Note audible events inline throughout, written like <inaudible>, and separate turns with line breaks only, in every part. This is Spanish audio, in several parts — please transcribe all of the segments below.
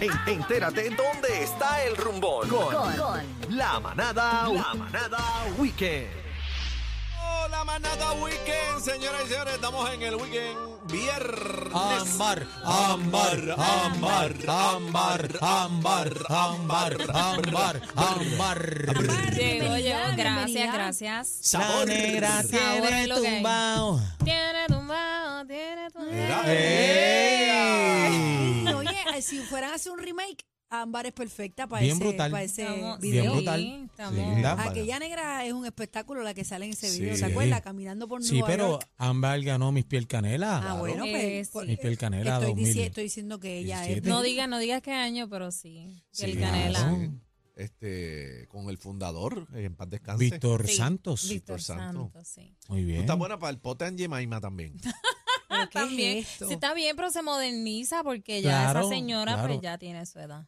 En- entérate dónde está el rumbón. Con,
Con.
la manada, la manada weekend.
Hola manada weekend, señoras y señores, estamos en el weekend viernes.
Ah, Ámbar, ámbar, ámbar, ámbar, ámbar, ámbar, ámbar, ámbar.
Llegó, llegó.
Bienvenida, bienvenida.
Gracias, gracias.
La negra
Sabor
tiene
es lo que hay.
tumbao.
Tiene tumbado, tiene tumbado.
eh. ¡Ey!
Y, Oye, eh, si fueran a hacer un remake, Ámbar es perfecta para
Bien
ese,
brutal.
para ese
Estamos-
video.
Bien
Sí,
brutal.
estamos-
Sí, ámbar.
Aquella negra es un espectáculo la que sale en ese
Sí.
video, ¿se acuerda? Caminando por
Sí,
Nueva
pero
York.
Ámbar ganó Miss Piel Canela.
Ah,
claro.
bueno, pues,
Eh,
por-
sí.
Miss Piel Canela
estoy,
2000.
dici- estoy diciendo que ella es...
17.
No digas, no digas qué año, pero sí.
Sí,
el
claro.
Canela.
Sí.
Este, con el fundador, eh, en paz descanse.
Víctor
Sí.
Santos.
Víctor
Santo.
Santo, sí.
Muy
Tú
bien.
estás buena para el pote en Jemima
<laughs>
también.
¿pero qué es
También.
esto?
Sí, está bien, pero se moderniza porque ya
Claro,
esa señora
claro.
pues ya tiene su edad.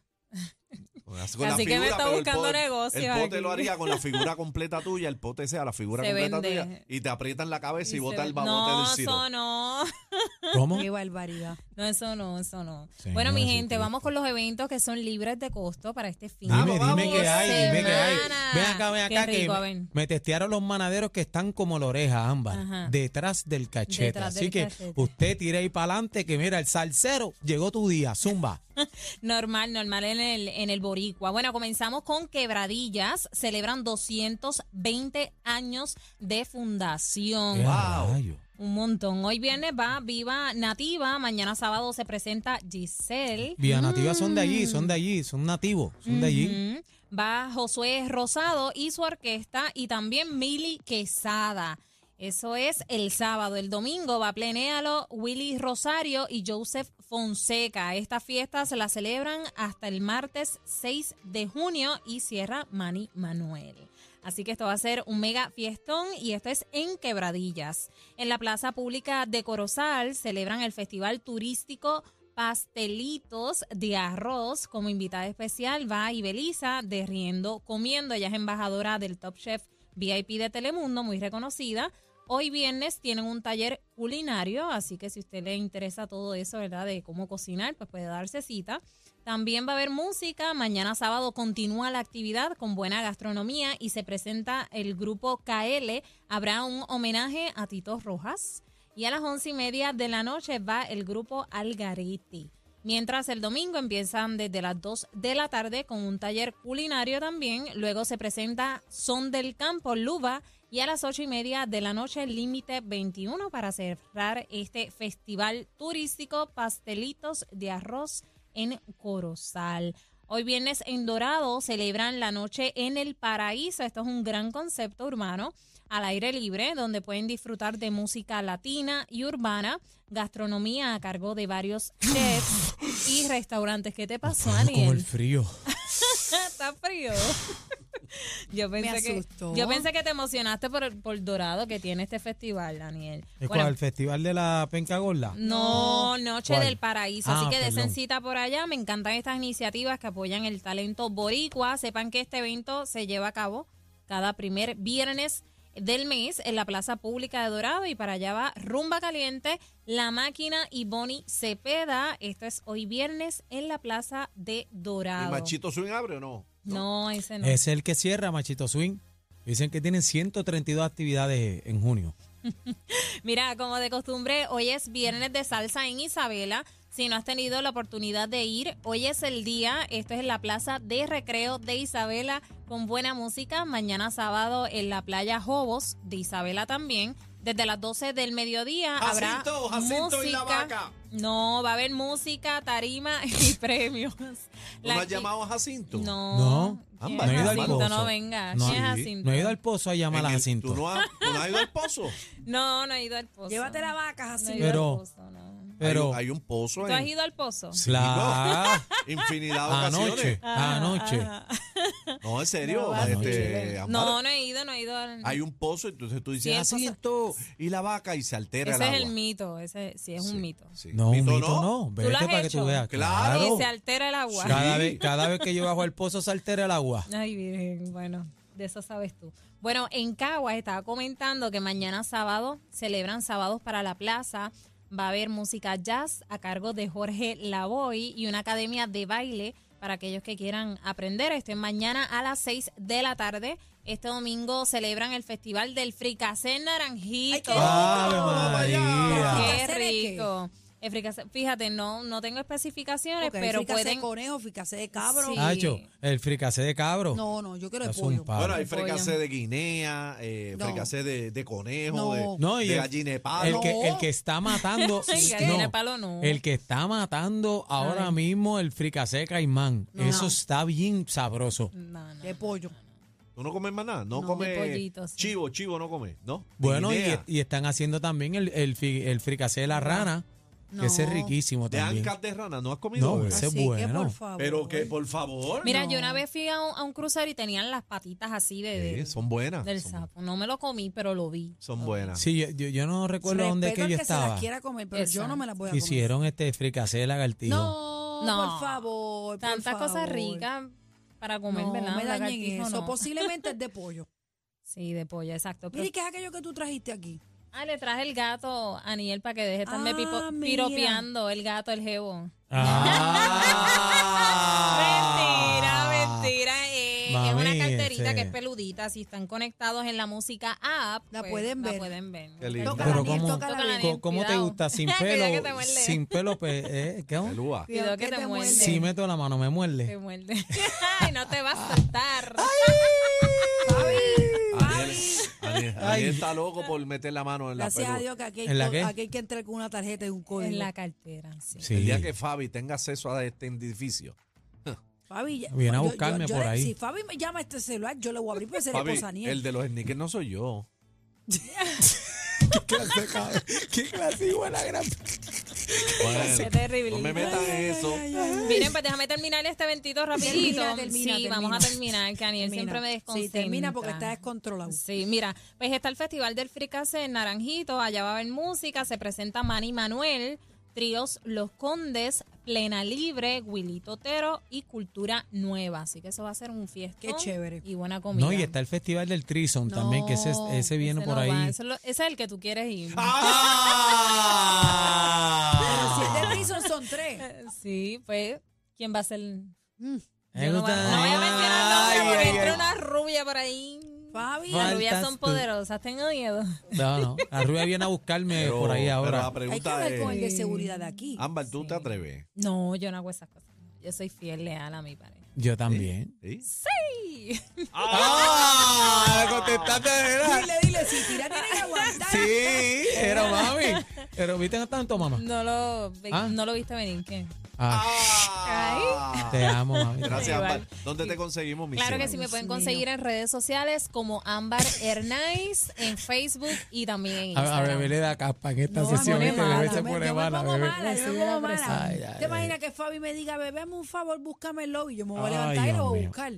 Con la
Así que me está
pero el
buscando
pote-
negocios
El pote
aquí.
lo haría con la
<laughs>
figura completa tuya, el pote sea la figura
Se
completa
vende.
tuya. Y te aprietan la cabeza y,
Y
bota
se-
el babote
no,
del ciro.
eso no. <laughs>
¿Cómo?
Qué barbaridad.
No, eso no, eso no.
Señor
bueno, mi
Jesucristo.
gente, vamos con los eventos que son libres de costo para este fin.
Dime,
Vamos,
dime
vamos,
qué hay, dime qué hay.
semana.
Ven acá, ven
Qué
acá, que
rico, a ver.
me testearon los manaderos que están como la oreja ámbar,
Ajá.
detrás del cachete.
Detrás
Así
del
que
cachete.
usted tira ahí para adelante, que mira, el salsero, llegó tu día, zumba.
Normal, normal en el, en el Boricua. Bueno, comenzamos con Quebradillas. Celebran 220 años de fundación.
¡Wow!
Un montón. Hoy viernes va Viva Nativa. Mañana sábado se presenta Giselle. Mm.
Vía nativa son de allí, son de allí, son nativos, son de allí.
Ujú. Va Josué Rosado y su orquesta y también Mili Quesada. Eso es el sábado. El domingo va Plenéalo, Willy Rosario y Joseph Fonseca. Estas fiestas las celebran hasta el martes 6 de junio y cierra Manny Manuel. Así que esto va a ser un mega fiestón y esto es en Quebradillas. En la Plaza Pública de Corozal celebran el Festival Turístico Pastelitos de Arroz. Como invitada especial va Ibelisa de Riendo Comiendo. Ella es embajadora del Top Chef VIP de Telemundo, muy reconocida. Hoy viernes tienen un taller culinario, así que si a usted le interesa todo eso, ¿verdad? De cómo cocinar, pues puede darse cita. También va a haber música. Mañana sábado continúa la actividad con buena gastronomía y se presenta el grupo KL. Habrá un homenaje a Tito Rojas. Y a las once y media de la noche va el grupo Algariti. Mientras el domingo empiezan desde las 2 de la tarde con un taller culinario también. Luego se presenta Son del Campo, Luba. Y a las ocho y media de la noche, Límite 21 para cerrar este festival turístico Pastelitos de Arroz en Corozal. Hoy viernes en Dorado celebran la noche en el paraíso. Esto es un gran concepto urbano al aire libre donde pueden disfrutar de música latina y urbana, gastronomía a cargo de varios chefs y restaurantes. ¿Qué te pasó,
Como el
Aniel? <laughs>
frío.
Está frío. <laughs> Yo pensé,
asustó.
que, yo pensé que te emocionaste por, el- por Dorado que tiene este festival, Daniel.
¿Es
Bueno,
cuál? ¿El festival de la penca gorda?
no, Noche
¿Cuál?
del Paraíso.
Ah,
Así que
perdón.
desen cita por allá. Me encantan estas iniciativas que apoyan el talento boricua. Sepan que este evento se lleva a cabo cada primer viernes del mes en la Plaza Pública de Dorado y para allá va Rumba Caliente, La Máquina y Bonnie Cepeda. Esto es hoy viernes en la Plaza de
¿El
Dorado.
machito swing abre o no?
No, ese no.
Es el que cierra Machito Swing. Dicen que tienen 132 actividades en junio.
Mira, como de costumbre, hoy es viernes de salsa en Isabela. Si no has tenido la oportunidad de ir, hoy es el día. Esto es en la plaza de recreo de Isabela con buena música. Mañana sábado en la playa Jobos de Isabela también. Desde las 12 del mediodía
Jacinto,
habrá
Jacinto
música.
y la vaca.
No, va a haber música, tarima <laughs> y premios.
¿Tú no
La
has
chi-
llamado a Jacinto?
No.
No.
¿Quién
Ámbar,
es
no he ido al
Jacinto?
pozo.
no venga.
No,
¿Quién es
sí.
Jacinto?
No he ido al pozo a
En
llamar a
el-
Jacinto.
¿Tú no has, tú no has ido al pozo?
No, no he ido al pozo.
Llévate la vaca,
No he
Jacinto.
ido al
Pero-
pozo, no.
Pero
hay, hay un pozo
¿Tú has
en
ido al pozo?
<laughs> la-
infinidad de
<laughs> anoche,
ocasiones.
anoche.
No, en serio.
vas a
este,
Chile.
Ámbar.
No, no he ido, no he ido. al-
Hay un pozo, entonces tú
Sí,
dices,
el pozo-
asiento y la vaca y se altera
ese
el agua.
es el mito, ese sí es
Sí,
un mito.
sí.
No, un
¿Mito
mito no.
¿Tú lo has
Vete para que tú
hecho?
veas.
Claro.
Y se altera el agua.
Sí.
Cada, vez, cada vez que yo bajo al pozo se altera el agua.
Ay, virgen, bueno, de eso sabes tú. Bueno, en Caguas estaba comentando que mañana sábado celebran sábados para la plaza. Va a haber música jazz a cargo de Jorge Lavoy y una academia de baile para aquellos que quieran aprender. Estén mañana a las 6 de la tarde. Este domingo celebran el Festival del Fricacé
Ay,
Naranjito.
qué rico.
¡Ave María!
¡Qué
¿Fricacé de qué?
rico! El fricacé- fíjate, no, no tengo especificaciones,
Ok,
pero
fíjate
pueden...
de conejo, fíjate de cabro.
Sí.
Hacho, el fricacé de cabro.
No, no, yo quiero de
Eso es
pollo.
un palo.
Bueno, hay
pollo.
fricacé de guinea, eh,
No.
fricacé de, de conejo,
No.
de,
No, y
de
el-
gallina de palo.
El que,
No.
el que está
<laughs>
matando.
Ay,
no,
gallina de palo no.
El que está matando ahora
Ay.
mismo el fricacé caimán.
No.
Eso está bien sabroso.
No, no.
De pollo.
¿Tú no comes más nada? No,
No,
comes
de pollito, sí.
chivo, chivo no comes, ¿no?
Bueno, y,
Guinea,
y están haciendo también el, el, fi- el fricacé de la rana.
No.
Que ese es riquísimo
de
también.
ancas de rana, ¿no has comido?
No,
bebé?
ese es
Así que,
bueno.
por favor.
Pero que, por favor.
Mira, yo una vez fui a un, a un crucero y tenían las patitas así de, de-
Eh, son buenas.
del
son,
sapo. No me lo comí, pero lo vi.
son buenas.
Sí, yo, yo- yo no recuerdo
Respeto
dónde es que
al
yo
se
estaba.
las quiera comer, pero yo
Exacto.
no me las voy a comer.
Hicieron este fricacé de lagartijo.
No,
No.
por favor, por
Tantas cosas
favor.
ricas para comer,
No,
¿verdad?
me dañen
Lagartijo,
eso.
no.
Posiblemente
<laughs>
es de pollo.
Sí, de pollo, exacto. Pero-
Mire, ¿qué es aquello que tú trajiste aquí?
ah, le traje el gato a Niel para que deje de estarme
Ah,
pipo-
mira.
piropeando el gato, el jebo.
Ah.
Mentira, mentira. eh, es
Mami,
una carterita
ese.
que es peludita. Si están conectados en la música app,
La
pues,
pueden ver.
La pueden ver.
Qué lindo.
Toca
Pero
la miel,
cómo-
toca la
Toca la
miel.
miel.
Co- ¿Cómo te
Cuidado.
gusta? Sin
Cuidado que
pelo.
te muerde.
Sin pelo, pues, eh, ¿qué onda?
Pelúa.
Cuidado que te muerde.
Si meto la mano, me
Te
muerde.
muerde. <laughs> Ay, no te va a soltar.
Ah,
Aniel, Aniel-
Ay.
Aniel está loco por meter la mano en la
Gracias a
pelúa.
Dios que aquí hay,
¿En la
co-
qué?
aquí hay que entrar con una tarjeta y un código.
En la cartera, sí.
Sí.
El día que Fabi tenga acceso a este edificio.
Fabi, ya-
Viene a
yo- yo-
buscarme
yo
por
le-
ahí.
Si Fabi me llama a este celular, yo le voy a abrir porque seré
Fabi,
esposa nieta.
el de los sneakers no soy
<laughs>
yo.
¿Qué clase, cabrón? ¿Qué clase hijo de la gran-
Qué
Bueno,
terrible.
no me metan eso.
Miren, pues déjame terminar este eventito rapidito.
Termina, termina,
sí,
termina.
vamos a terminar, que Aniel
Termina.
siempre me
Sí,
desconcentra.
termina porque está descontrolado.
Sí, mira, pues está el Festival del Fricase en Naranjito, allá va a haber música, se presenta Manny Manuel, tríos Los Condes, Plena Libre, Willy Totero y Cultura Nueva. Así que eso va a ser un fiesta.
Qué chévere.
Y buena comida.
No, y está el festival del Trison también, que ese,
No,
ese viene
Ese
por
no
ahí.
va, ese es lo- ese es el que tú quieres ir.
Pero si es de
¡Ah!
Reason son tres.
<laughs> Sí, pues, ¿quién va a ser?
Me
Yo no, voy
gusta.
a- no voy a mencionar
Ay,
nombre porque
ay,
entra
ay.
una rubia por ahí.
Fabi,
Las
Faltas
rubias son
tú.
poderosas, tengo miedo.
No, no. La rubia viene a buscarme
Pero-
Eh, por ahí
pero la
ahora.
hay que
pregunta
hablar con el
es,
de seguridad de aquí.
Ámbar, ¿tú te atreves?
No, yo no hago esas cosas. Yo soy fiel, leal a mi pareja.
Yo también.
¿Sí?
¡Ah! Contestaste
Dile, dile, si tira tiene que aguantar.
Sí, pero
<laughs>
mami. Pero viste tanto, mamá.
No lo, ve-
Ah.
no lo viste venir, ¿qué?
Ah, te amo, mami.
Gracias,
Igual.
Ámbar. ¿Dónde te conseguimos, mi
Claro que
cielo?
sí, me
Dios
pueden
mío.
conseguir en redes sociales como Ámbar Hernáiz, en Facebook y también en
A, a
Instagram.
bebé le da capa en esta
No,
sesión.
me
Este
pone
bebé
mala,
se
me-
pone
yo me
mala,
pongo
bebé.
mala, yo me
Sí, la
pongo mala.
presión.
Ay, ay,
¿Te
ay.
imaginas que Fabi me diga, bebé, hazme un favor, búscame el lobby? Yo me voy a
Ay,
levantar y lo voy a
Dios
buscar.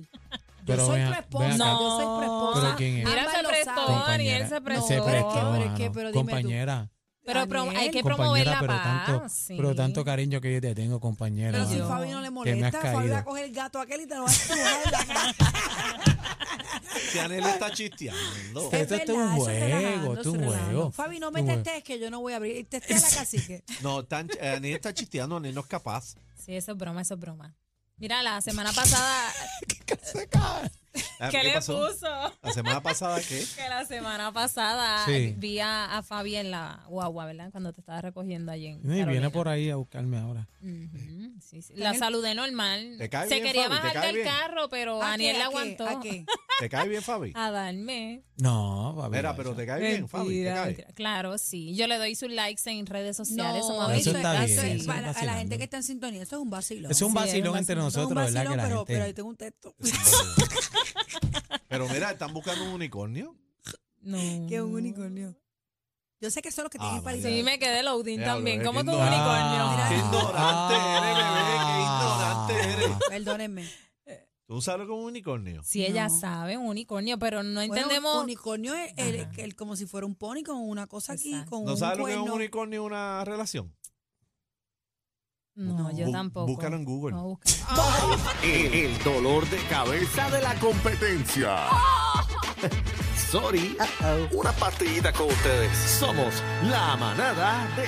Pero
yo soy
ven
tu
a- ven
esposa,
acá.
yo soy tu
No.
esposa.
Pero ¿quién es?
Mira,
Ámbar
se
lo
prestó,
sabe.
Daniel se prestó.
Se
No, pero es que- pero es que-
mano.
pero dime tú.
compañera.
Pero prom- hay
Daniel.
que promover
compañera,
la
pero
paz.
tanto,
sí.
pero tanto cariño que yo te tengo, compañera.
Pero si
Dios.
Fabi no le
Que me has
molesta, Fabi va
caído.
a coger el gato aquel y te lo va a estrujar en la cara.
Si Anel está chisteando.
Esto es
verdad,
un
eso es relajando,
juego,
eso
esto es un
relajando.
juego.
Fabi, no
Un
me
juego.
testes que yo no voy a abrir. Testé a la cacique.
No, tan, Anel está chisteando, Anel no es capaz.
Sí, eso es broma, eso es broma. Mira, la semana pasada,
Ah,
¿qué, le
pasó?
puso?
La semana pasada, ¿qué?
Que la semana pasada
Sí.
vi a, a Fabi en la guagua, ¿verdad? Cuando te estaba recogiendo allí en
Y viene
Carolina.
por ahí a buscarme ahora.
Ujú, sí, sí. La saludé normal.
¿Te cae
Se
bien,
quería
Fabi? ¿Te
bajar
cae
del
bien?
carro, pero
¿A
Aniel
qué,
la
a qué,
aguantó.
¿A qué?
¿Te cae bien, Fabi?
a darme.
No, papi.
Mira, pero te cae bien, Fabi. ¿Te
Mentira,
cae?
mentira. Claro, sí. Yo le doy sus likes en redes sociales.
No,
somos
eso está
amiguitas,
es-
bien,
sí.
eso
para-
está
a la
vacilando.
gente que está en sintonía, eso es un vacilón.
Es un
Sí, es un
vacilón entre
vacilón.
nosotros,
es un
¿verdad?
vacilón,
Que la
pero, pero ahí
gente.
tengo un texto.
Pero mira, están buscando un unicornio.
No.
Que es un unicornio. Yo sé que son los que tienen
Ah,
palitos.
Sí,
<laughs>
me quedé loading
Diablo,
también.
es
Como
que
que un
no-
unicornio.
Ah.
Qué ignorante
Ah.
eres, bebé. Qué ignorante eres.
Perdónenme.
¿Tú sabes con un unicornio?
Si ella
No.
sabe, un unicornio, pero no
Bueno,
entendemos.
un unicornio es el-
Ajá.
el- como si fuera un pony con una cosa aquí,
Exacto.
con
¿No
un
sabes lo que es un
cuerno.
unicornio en una relación?
no, yo
Bú-
tampoco.
Búscalo en Google.
No, búscalo.
El, el dolor de cabeza de la <laughs> competencia. Sorry. Una partidita con ustedes. Somos la manada de